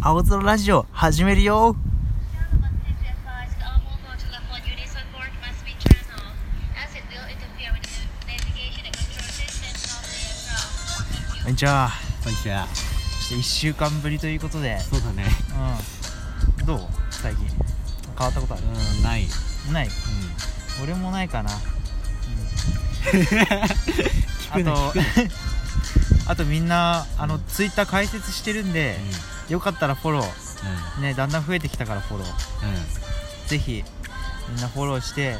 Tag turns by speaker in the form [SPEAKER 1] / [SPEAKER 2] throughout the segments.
[SPEAKER 1] 青空ラジオ始めるよ
[SPEAKER 2] Thank
[SPEAKER 1] じゃあ
[SPEAKER 3] こんにちは。
[SPEAKER 1] ちょっと1週間ぶりということで
[SPEAKER 3] そうだね。
[SPEAKER 1] うんどう最近変わったことある
[SPEAKER 3] うん、ない。うん。
[SPEAKER 1] ない俺もないかな、
[SPEAKER 3] 聞くな
[SPEAKER 1] あと あとみんなあのツイッター開設してるんで、よかったらフォロー
[SPEAKER 3] う
[SPEAKER 1] ねだんだん増えてきたからフォロー
[SPEAKER 3] ん。うん。
[SPEAKER 1] ぜひみんなフォローして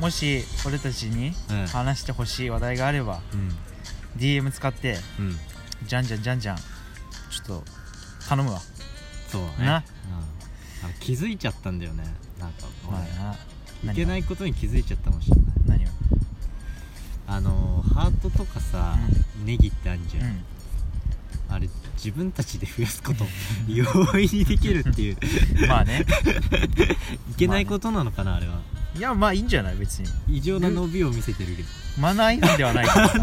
[SPEAKER 1] もし俺たちに
[SPEAKER 3] うん
[SPEAKER 1] 話してほしい話題があれば、
[SPEAKER 3] うん。
[SPEAKER 1] DM 使って
[SPEAKER 3] うん。うん。
[SPEAKER 1] じゃんじゃんじゃんじゃんちょっと頼むわ
[SPEAKER 3] そうだね。
[SPEAKER 1] な
[SPEAKER 3] うん。なんか気づいちゃったんだよね。なんか、
[SPEAKER 1] まあな
[SPEAKER 3] 俺、いけないいことに気づいちゃったかもしれない。
[SPEAKER 1] 何を
[SPEAKER 3] あのー、ハートとかさ、ネギってあんじゃん。あれ、自分たちで増やすこと、容易にできるっていう。
[SPEAKER 1] うんまあね
[SPEAKER 3] いけないことなのかな、あれは。
[SPEAKER 1] いやまあいいんじゃない別に
[SPEAKER 3] 異常な伸びを見せてるけど。
[SPEAKER 1] マナー違反ではないからさ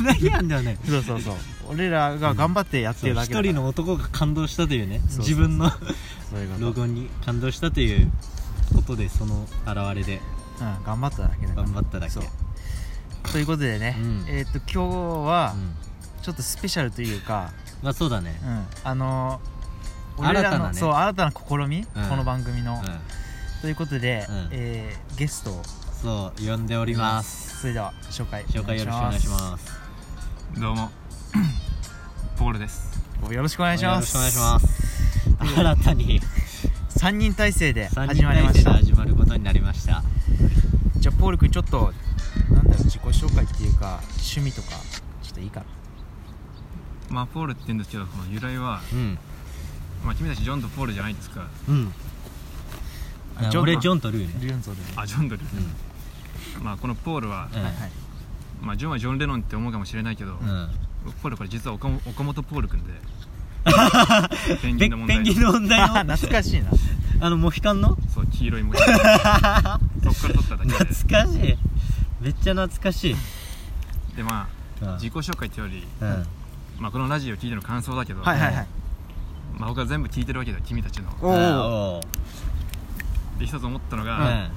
[SPEAKER 3] 何やんだよね。
[SPEAKER 1] そうそうそう俺らが頑張ってやって
[SPEAKER 3] そう
[SPEAKER 1] るだけだか
[SPEAKER 3] 一
[SPEAKER 1] ら
[SPEAKER 3] 人の男が感動したというね。
[SPEAKER 1] そうそうそう
[SPEAKER 3] 自分の。
[SPEAKER 1] そういうこと
[SPEAKER 3] ロゴに感動したということでその現れで
[SPEAKER 1] うん頑張っただけだから
[SPEAKER 3] 頑張っただけ
[SPEAKER 1] そうということでね、
[SPEAKER 3] うん
[SPEAKER 1] えーっと今日
[SPEAKER 3] う
[SPEAKER 1] は
[SPEAKER 3] ん
[SPEAKER 1] ちょっとスペシャルというか、
[SPEAKER 3] まあそうだね
[SPEAKER 1] うん、あのー
[SPEAKER 3] 新たな
[SPEAKER 1] 俺ら
[SPEAKER 3] ね
[SPEAKER 1] のそう新たな試み、
[SPEAKER 3] うん
[SPEAKER 1] この番組の、
[SPEAKER 3] うん
[SPEAKER 1] ということで、
[SPEAKER 3] うん
[SPEAKER 1] えーゲストを
[SPEAKER 3] そう呼んでおります
[SPEAKER 1] それでは紹介
[SPEAKER 3] 紹介よろしくお願いします
[SPEAKER 4] どうも ポールです
[SPEAKER 1] すよろしくお願いします
[SPEAKER 3] よろしくお願いします新たに
[SPEAKER 1] 3人体制で
[SPEAKER 3] 3
[SPEAKER 1] 始
[SPEAKER 3] 人
[SPEAKER 1] まりま
[SPEAKER 3] 体
[SPEAKER 1] し
[SPEAKER 3] 制で
[SPEAKER 1] た
[SPEAKER 3] 始まることになりました
[SPEAKER 1] じゃあポール君ちょっとなんだろう自己紹介っていうか趣味とかちょっといいかな
[SPEAKER 4] まあポールって言うんですけどこの由来は、
[SPEAKER 3] うん
[SPEAKER 4] まあ、君たちジョンとポールじゃないですか
[SPEAKER 3] うん
[SPEAKER 1] あジョン
[SPEAKER 3] 俺ジョンとルーね
[SPEAKER 1] リュンゾル
[SPEAKER 4] あジョンドル、まあこのポールは、
[SPEAKER 3] うん
[SPEAKER 1] はいはい
[SPEAKER 4] まあ、ジョンはジョン・レノンって思うかもしれないけど、
[SPEAKER 3] う
[SPEAKER 4] ポールこれ実は岡本岡本ポール君でペン
[SPEAKER 3] ん
[SPEAKER 4] ギ
[SPEAKER 3] ペ
[SPEAKER 4] ンの
[SPEAKER 3] ン
[SPEAKER 4] 問
[SPEAKER 3] ペ
[SPEAKER 4] 題
[SPEAKER 3] ンギンの問題
[SPEAKER 1] あ
[SPEAKER 3] の
[SPEAKER 1] 懐かしいな
[SPEAKER 3] あのモヒカンの
[SPEAKER 4] そう黄色い 文字そっから取っただけで
[SPEAKER 3] 懐かしいめっちゃ懐かしい
[SPEAKER 4] でま
[SPEAKER 3] うん
[SPEAKER 4] あ自己紹介ってより、
[SPEAKER 3] うん
[SPEAKER 4] まあ、このラジオ聞いての感想だけど、
[SPEAKER 1] はいはいはい
[SPEAKER 4] まあ、他全部聞いてるわけだよ君たちの
[SPEAKER 1] おおは
[SPEAKER 3] あ
[SPEAKER 4] で一つ思ったの
[SPEAKER 3] お
[SPEAKER 4] が、
[SPEAKER 3] ー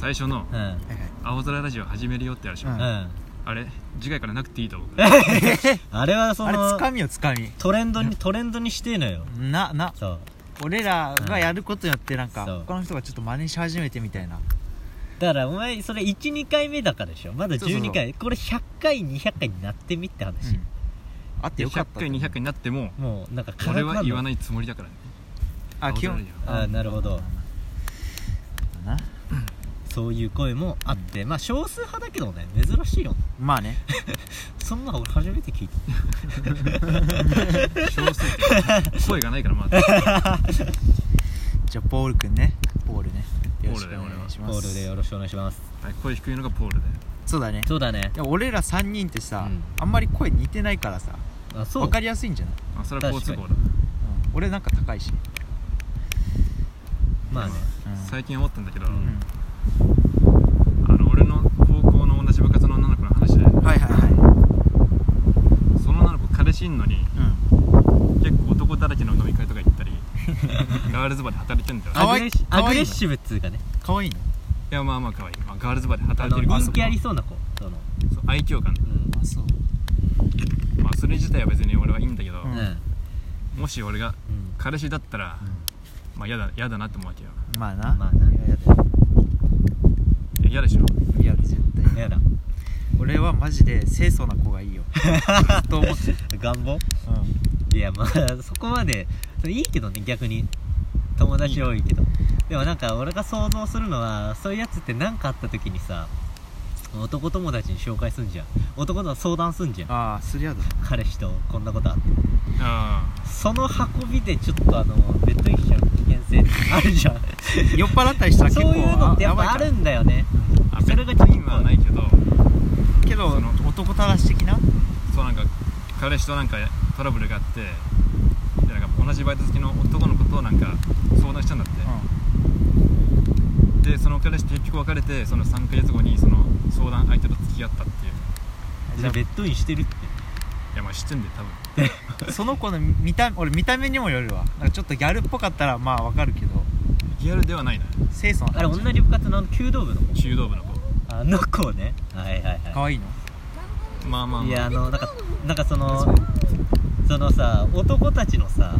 [SPEAKER 4] 最初の
[SPEAKER 3] うんうん
[SPEAKER 1] いはい
[SPEAKER 4] 「青空ラジオ始めるよ」ってあるでしょ、
[SPEAKER 1] うん
[SPEAKER 3] うん
[SPEAKER 4] あれ次回からなくていいと思う
[SPEAKER 3] あれは そ
[SPEAKER 1] あれつ
[SPEAKER 3] の
[SPEAKER 1] かみよつかみ
[SPEAKER 3] トレンドにトレンドにしてえのよ
[SPEAKER 1] なな
[SPEAKER 3] そう
[SPEAKER 1] 俺らがやることによってなんか
[SPEAKER 3] うんそう
[SPEAKER 1] 他の人がちょっと真似し始めてみたいな
[SPEAKER 3] だからお前それ12回目だからでしょまだ
[SPEAKER 1] そうそうそう
[SPEAKER 3] 12回これ100回200回になってみって話、
[SPEAKER 1] あってよかっ
[SPEAKER 4] 100
[SPEAKER 1] た
[SPEAKER 4] 回200回になっても
[SPEAKER 3] もうなんか
[SPEAKER 4] 俺は言わないいつもりだからね
[SPEAKER 1] あ基本
[SPEAKER 4] 青
[SPEAKER 3] あーなるほど
[SPEAKER 1] な
[SPEAKER 3] そういう声もあって、まあ少数派だけどね珍しいよ
[SPEAKER 1] まあね
[SPEAKER 3] そんなの俺初めて聞いた
[SPEAKER 4] 空じゃん少数決声がないからまだ
[SPEAKER 1] じゃあポール君ねポールねよろしくお願いしま
[SPEAKER 3] ボ
[SPEAKER 1] す
[SPEAKER 3] ールでよろしくお願いします
[SPEAKER 4] はい声低いのがポールで
[SPEAKER 1] そうだね
[SPEAKER 3] そうだね
[SPEAKER 1] いや俺ら3人ってさ、
[SPEAKER 3] うん
[SPEAKER 1] あんまり声似てないからさ
[SPEAKER 3] あそう
[SPEAKER 1] 分かりやすいんじゃない、
[SPEAKER 4] まあそれは好都合だ
[SPEAKER 1] うん俺なんか高いし、
[SPEAKER 3] まあね
[SPEAKER 1] うん
[SPEAKER 4] 最近思ったんだけど
[SPEAKER 3] うん
[SPEAKER 4] あの俺の高校の同じ部活の女の子の話で
[SPEAKER 1] はいはいは
[SPEAKER 4] その女の子彼氏いんのに
[SPEAKER 1] い、うん、
[SPEAKER 4] 結構男だらけの飲み会とか行 ったりガールズバーで働いてんだよ
[SPEAKER 1] あ
[SPEAKER 4] ね
[SPEAKER 1] か
[SPEAKER 3] ア
[SPEAKER 1] わ
[SPEAKER 3] グ
[SPEAKER 1] いいかわいい
[SPEAKER 3] レッシアグ
[SPEAKER 1] の
[SPEAKER 3] レッシブっつうかね
[SPEAKER 1] かわいいの
[SPEAKER 4] いやまあまあ可愛いまあガールズバーで
[SPEAKER 3] あ
[SPEAKER 4] 働い
[SPEAKER 3] の
[SPEAKER 4] てる
[SPEAKER 3] 人気あり
[SPEAKER 4] そ
[SPEAKER 3] そうな子その
[SPEAKER 4] う愛嬌
[SPEAKER 3] う
[SPEAKER 4] 感
[SPEAKER 3] ん
[SPEAKER 1] あそう
[SPEAKER 4] まあそれ自体は別に俺はいいんだけど
[SPEAKER 1] うん
[SPEAKER 3] うん、
[SPEAKER 4] もし俺が
[SPEAKER 3] うん
[SPEAKER 4] 彼氏だったらまあ嫌だ嫌だなって思うわけよ
[SPEAKER 1] まあな、
[SPEAKER 3] まあない
[SPEAKER 1] ややだよ
[SPEAKER 4] いや嫌でしょ
[SPEAKER 1] いや絶対
[SPEAKER 3] やだ
[SPEAKER 1] 俺はマジで清楚な子がいい よずっと思ってる、
[SPEAKER 3] 願望
[SPEAKER 1] うん
[SPEAKER 3] いやまあ そこまでいいけどね逆に友達多いけどでもなんか俺が想像するのはそういうやつって何かあった時にさ男友達に紹介すんじゃん男と相談すんじゃん
[SPEAKER 1] ああすりゃだ
[SPEAKER 3] 彼氏とこんなことあって
[SPEAKER 4] あ
[SPEAKER 3] その運びでちょっとあのベッドインキャの危険性あるじゃん
[SPEAKER 1] 酔っ払ったりしたら結
[SPEAKER 3] そう
[SPEAKER 1] 構
[SPEAKER 3] いうのってやっぱあ
[SPEAKER 1] ばい
[SPEAKER 3] るんだよね
[SPEAKER 4] ーあ
[SPEAKER 3] それが
[SPEAKER 4] 別に今はないけど
[SPEAKER 1] からけど
[SPEAKER 4] その
[SPEAKER 1] 男たらし的な
[SPEAKER 4] そうなんか彼氏となんかトラブルがあってでなんか同じバイト先の男の子となんか相談したんだって、でその彼氏と結局別れてその3ヶ月後にその相談相手と付き合ったってい う
[SPEAKER 3] でベッドインしてるって
[SPEAKER 4] いやまあ知ってんで多分
[SPEAKER 3] って
[SPEAKER 1] その子の見た俺見た目にもよるわなんかちょっとギャルっぽかったらまあわかるけど
[SPEAKER 4] ギャルではないな
[SPEAKER 1] 清楚な
[SPEAKER 3] あれ
[SPEAKER 1] 感じ
[SPEAKER 3] 同じ部活のあの弓道部の子
[SPEAKER 4] 中道部の子
[SPEAKER 3] あの子ねはいはいはい
[SPEAKER 1] 可愛いの
[SPEAKER 4] まあまあまあ
[SPEAKER 3] いやあのなんかなんかそのそのさ男たちのさ、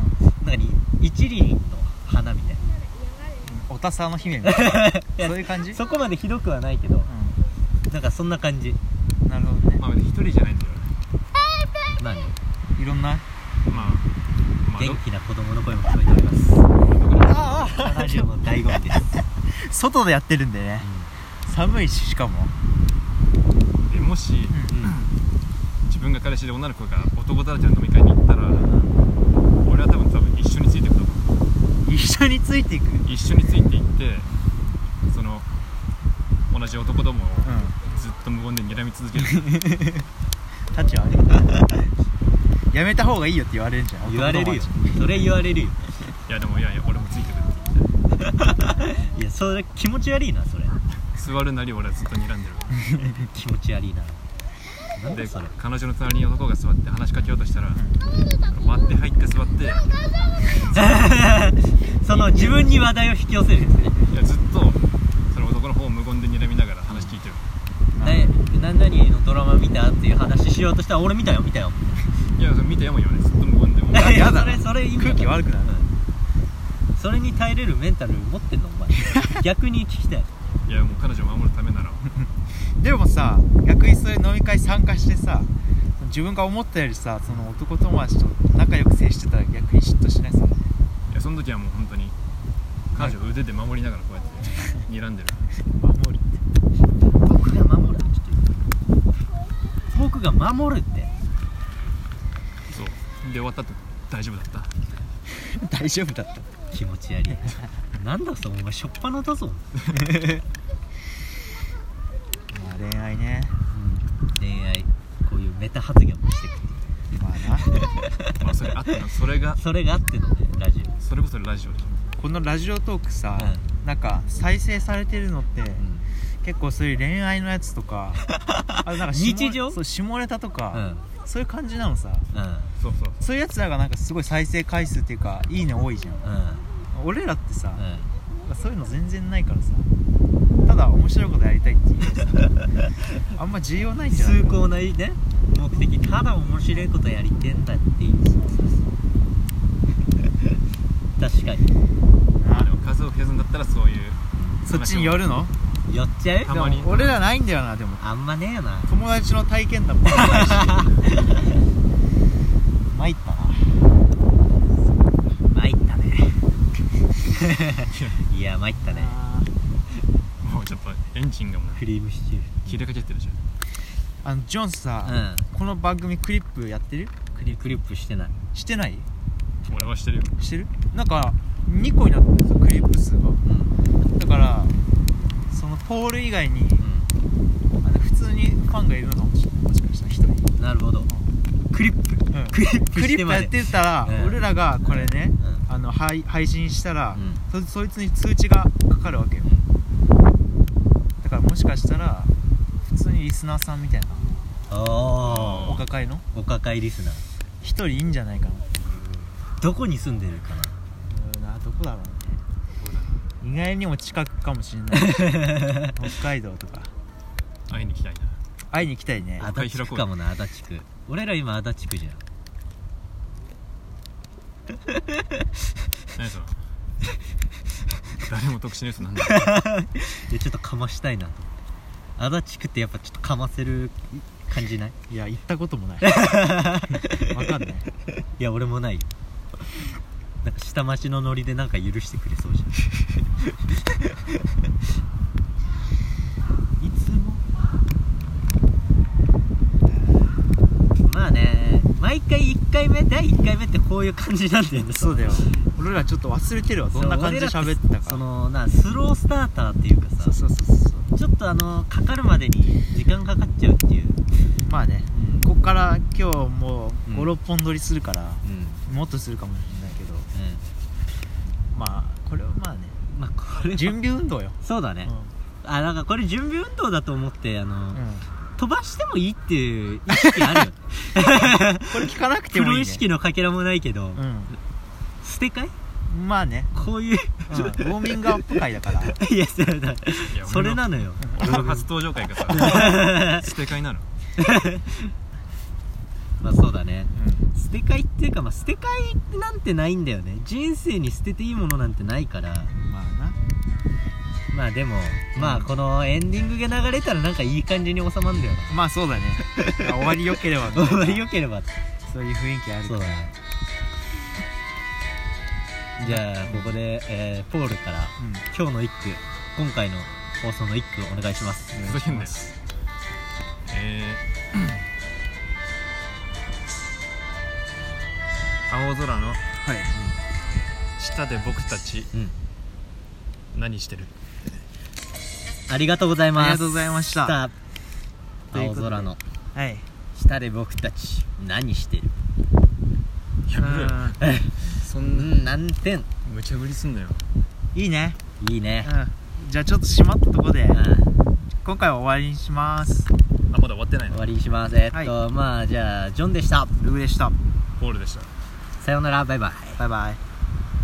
[SPEAKER 3] なんかに一輪の花みたい
[SPEAKER 1] おたさの姫みたい なそういう感じ
[SPEAKER 3] なそこまでひどくはないけど
[SPEAKER 1] う
[SPEAKER 3] なんかそんな感じ
[SPEAKER 1] んなるほどね
[SPEAKER 4] まあ別に一人じゃないんだよね
[SPEAKER 3] まあね
[SPEAKER 1] いろんな
[SPEAKER 4] まあまあど
[SPEAKER 3] 元気な子供の声も聞こえております
[SPEAKER 1] あ
[SPEAKER 3] ラジオの醍醐味です、
[SPEAKER 1] 外でやってるんでね寒いししかも
[SPEAKER 4] でもし
[SPEAKER 3] うんうん
[SPEAKER 4] 自分が彼氏で女の子が男だらけの飲み会に行ったら俺は多分多分一緒についていくと思う
[SPEAKER 1] 一緒についていくうん
[SPEAKER 4] 一緒についていってその同じ男どもをずっと無言で睨み続ける
[SPEAKER 1] タチはあれ やめた方がいいよって言われるんじゃん
[SPEAKER 3] 言われるよ
[SPEAKER 1] 男友
[SPEAKER 3] それ言われるよ
[SPEAKER 4] いやでもいやいや俺もついてくるって言って
[SPEAKER 3] いやそれ気持ち悪いなそれ
[SPEAKER 4] 座るなり俺はずっと睨んでる
[SPEAKER 3] 気持ち悪いななん
[SPEAKER 4] で
[SPEAKER 3] だそれ
[SPEAKER 4] 彼女の隣に男が座って話しかけようとしたら、割って入って座っていや
[SPEAKER 3] その自分に話題を引き寄せるやつね
[SPEAKER 4] ずっとその男の方を無言で睨みながら話聞いてる
[SPEAKER 1] 達
[SPEAKER 3] ね何々のドラマ見たっていう話しようとしたら俺見たよ見たよ
[SPEAKER 4] いやそれ見てやも言わないずっと無言 でも
[SPEAKER 1] やだ
[SPEAKER 3] それそれ意味わかん
[SPEAKER 1] 空気悪くなる
[SPEAKER 3] うんそれに耐えれるメンタル持ってんのお 前逆に聞きたい
[SPEAKER 4] いやもう彼女を守るためなら
[SPEAKER 1] でもさ逆にそれ飲み会参加してさその自分が思ったよりさその男友達と仲良く接してたら逆に嫉妬しないさ
[SPEAKER 4] いやその時はもう本当に彼女を腕で守りながらこうやって睨んでる
[SPEAKER 1] 守り
[SPEAKER 3] 僕が守るちょっと僕が守るって
[SPEAKER 4] そうで終わったと大丈夫だっ た
[SPEAKER 1] 大丈夫だった
[SPEAKER 3] 気持ち悪いなんだそのお前しょっぱなだぞ、
[SPEAKER 1] まあ恋愛ね
[SPEAKER 3] 恋愛こういうメタ発言もしてくってい
[SPEAKER 1] まあな
[SPEAKER 4] まあそれあってのそれが
[SPEAKER 3] うそれがあってのねラジオ
[SPEAKER 4] それこそラジオで
[SPEAKER 1] このラジオトークさ、なんか再生されてるのって、結構そういう恋愛のやつと かあとなんか下
[SPEAKER 3] 日常
[SPEAKER 1] そう下ネタと
[SPEAKER 3] うんうん
[SPEAKER 1] か、そういう感じなのさ
[SPEAKER 3] うん
[SPEAKER 4] そうそう
[SPEAKER 1] そういうやつらがなんかすごい再生回数っていうかいいね多いじゃん
[SPEAKER 3] うん
[SPEAKER 1] 俺らってさ、
[SPEAKER 3] うん
[SPEAKER 1] そういうの全然ないからさただ面白いことやりたいっていうさあんま重要ないんじゃない
[SPEAKER 3] 崇高なね目的ただ面白いことやりてんだっていう 確かに
[SPEAKER 4] まあでも数を削るんだったらそういう
[SPEAKER 1] そっちに寄るの
[SPEAKER 3] 寄っちゃう
[SPEAKER 4] たまに
[SPEAKER 1] でも俺らないんだよなでも
[SPEAKER 3] あんまねえよな
[SPEAKER 1] 友達の体験談もないし参ったな
[SPEAKER 3] 参った ねいや参 ったね
[SPEAKER 4] もうちょっとエンジンがも
[SPEAKER 3] クリームシチュ
[SPEAKER 4] う切れかけてるじゃん
[SPEAKER 1] あのジョンさ、
[SPEAKER 3] ー
[SPEAKER 1] この番組クリップやってる
[SPEAKER 3] うんクリクリップしてない
[SPEAKER 1] してない
[SPEAKER 4] 俺はしてるよ
[SPEAKER 1] してるなんか2個になったんですよクリップ数が
[SPEAKER 3] うんうん
[SPEAKER 1] だからそのポール以外にあの普通にファンがいるのかもしれないもしかしたら1人、
[SPEAKER 3] なるほどクリップ
[SPEAKER 1] うん
[SPEAKER 3] クリップ
[SPEAKER 1] ク
[SPEAKER 3] し
[SPEAKER 1] リ
[SPEAKER 3] て
[SPEAKER 1] ップ
[SPEAKER 3] ま
[SPEAKER 1] や
[SPEAKER 3] で
[SPEAKER 1] ってたら、
[SPEAKER 3] うん
[SPEAKER 1] 俺らがこれね、
[SPEAKER 3] う
[SPEAKER 1] あの配配信したら、
[SPEAKER 3] ん
[SPEAKER 1] そそいつに通知がかかるわけよだからもしかしたら普通にリスナーさんみたいな
[SPEAKER 3] あ
[SPEAKER 1] お
[SPEAKER 3] あ
[SPEAKER 1] 抱えの
[SPEAKER 3] お抱えリスナー
[SPEAKER 1] 1人いいんじゃないかな
[SPEAKER 3] どこに住んでるかな
[SPEAKER 1] うんあどこだろうね意外にも近くかもしれない 北海道とか
[SPEAKER 4] 会いに行きたいな
[SPEAKER 1] 会いに行きたいね
[SPEAKER 4] あ
[SPEAKER 3] 足立区かもな足立区俺ら今足立区じゃん
[SPEAKER 4] 何その誰も得しないやつなんだ
[SPEAKER 3] でちょっとかましたいなと足立区ってやっぱちょっとかませる感じない
[SPEAKER 1] いや行ったことも ないわかんない
[SPEAKER 3] いや俺もないよなんか下町のノリでなんか許してくれそうじゃん いつもまあね毎回1回目第1回目ってこういう感じなんだよね
[SPEAKER 1] そうだよ俺らちょっと忘れてるわどんな感じで喋ってたか
[SPEAKER 3] そのなスロースターターっていうか
[SPEAKER 1] そ
[SPEAKER 3] さ
[SPEAKER 1] うそうそうそう
[SPEAKER 3] ちょっとあのかかるまでに時間かかっちゃうっていう、
[SPEAKER 1] まあねこっから今日もう
[SPEAKER 3] うん
[SPEAKER 1] 56本撮りするから、
[SPEAKER 3] うんうん
[SPEAKER 1] もっとするかもしれないけどまあこれはま あね
[SPEAKER 3] まあこれは
[SPEAKER 1] 準備運動よ、
[SPEAKER 3] そうだ
[SPEAKER 1] う
[SPEAKER 3] ね
[SPEAKER 1] ん、
[SPEAKER 3] あなんかこれ準備運動だと思ってあの、
[SPEAKER 1] うん
[SPEAKER 3] 飛ばしてもいいっていう意識あるよね
[SPEAKER 1] これ聞かなくて
[SPEAKER 3] プ
[SPEAKER 1] も
[SPEAKER 3] ロ
[SPEAKER 1] いい、
[SPEAKER 3] 意
[SPEAKER 1] ね、
[SPEAKER 3] 識のかけらもないけど、
[SPEAKER 1] う
[SPEAKER 3] 捨て替え
[SPEAKER 1] んまあ ね、
[SPEAKER 3] こういう
[SPEAKER 1] うん、ウォーミングアップ会だから
[SPEAKER 3] いやそれだ
[SPEAKER 4] いや
[SPEAKER 3] それなのよ
[SPEAKER 4] 俺の俺の初登場会がさ捨て替えなの
[SPEAKER 3] まあそうだね
[SPEAKER 1] う
[SPEAKER 3] 捨て替えっていうか、まあ、捨て替えなんてないんだよね人生に捨てていいものなんてないから
[SPEAKER 1] んまあな
[SPEAKER 3] まあでもまあこのエンディングが流れたらなんかいい感じに収まるんだよ
[SPEAKER 1] まあそう だねあ終わりよければみた
[SPEAKER 3] な
[SPEAKER 1] いな
[SPEAKER 3] 終わりよければ
[SPEAKER 1] そういう雰囲気ある
[SPEAKER 3] そうだねじゃあここで、えーポールから
[SPEAKER 1] うん
[SPEAKER 3] 今日の一句今回の放送の一句お願いします
[SPEAKER 4] ふざけんなよえー、青空の
[SPEAKER 1] はい、
[SPEAKER 4] 下で僕たち
[SPEAKER 3] うん
[SPEAKER 4] 何してる
[SPEAKER 3] ありがとうございます
[SPEAKER 1] ありがとうございました
[SPEAKER 3] さあ
[SPEAKER 1] ということ
[SPEAKER 3] 青
[SPEAKER 1] で
[SPEAKER 3] 空の
[SPEAKER 1] はい
[SPEAKER 3] 下で僕たち何してる
[SPEAKER 4] やめろよそ
[SPEAKER 3] うん
[SPEAKER 4] なん
[SPEAKER 3] 何点
[SPEAKER 4] 無茶ぶりすんなよ
[SPEAKER 1] いいね、
[SPEAKER 3] いいね
[SPEAKER 1] うん、じゃあちょっと締まったとこで
[SPEAKER 3] うん
[SPEAKER 1] 今回は終わりにします
[SPEAKER 4] あまだ終わってない
[SPEAKER 3] 終
[SPEAKER 4] の
[SPEAKER 3] わりにしますえっと、
[SPEAKER 1] は
[SPEAKER 3] まあじゃあジョンでした
[SPEAKER 1] ルーでした
[SPEAKER 4] ゴールでした
[SPEAKER 3] さようならバイバイ
[SPEAKER 1] バイバイ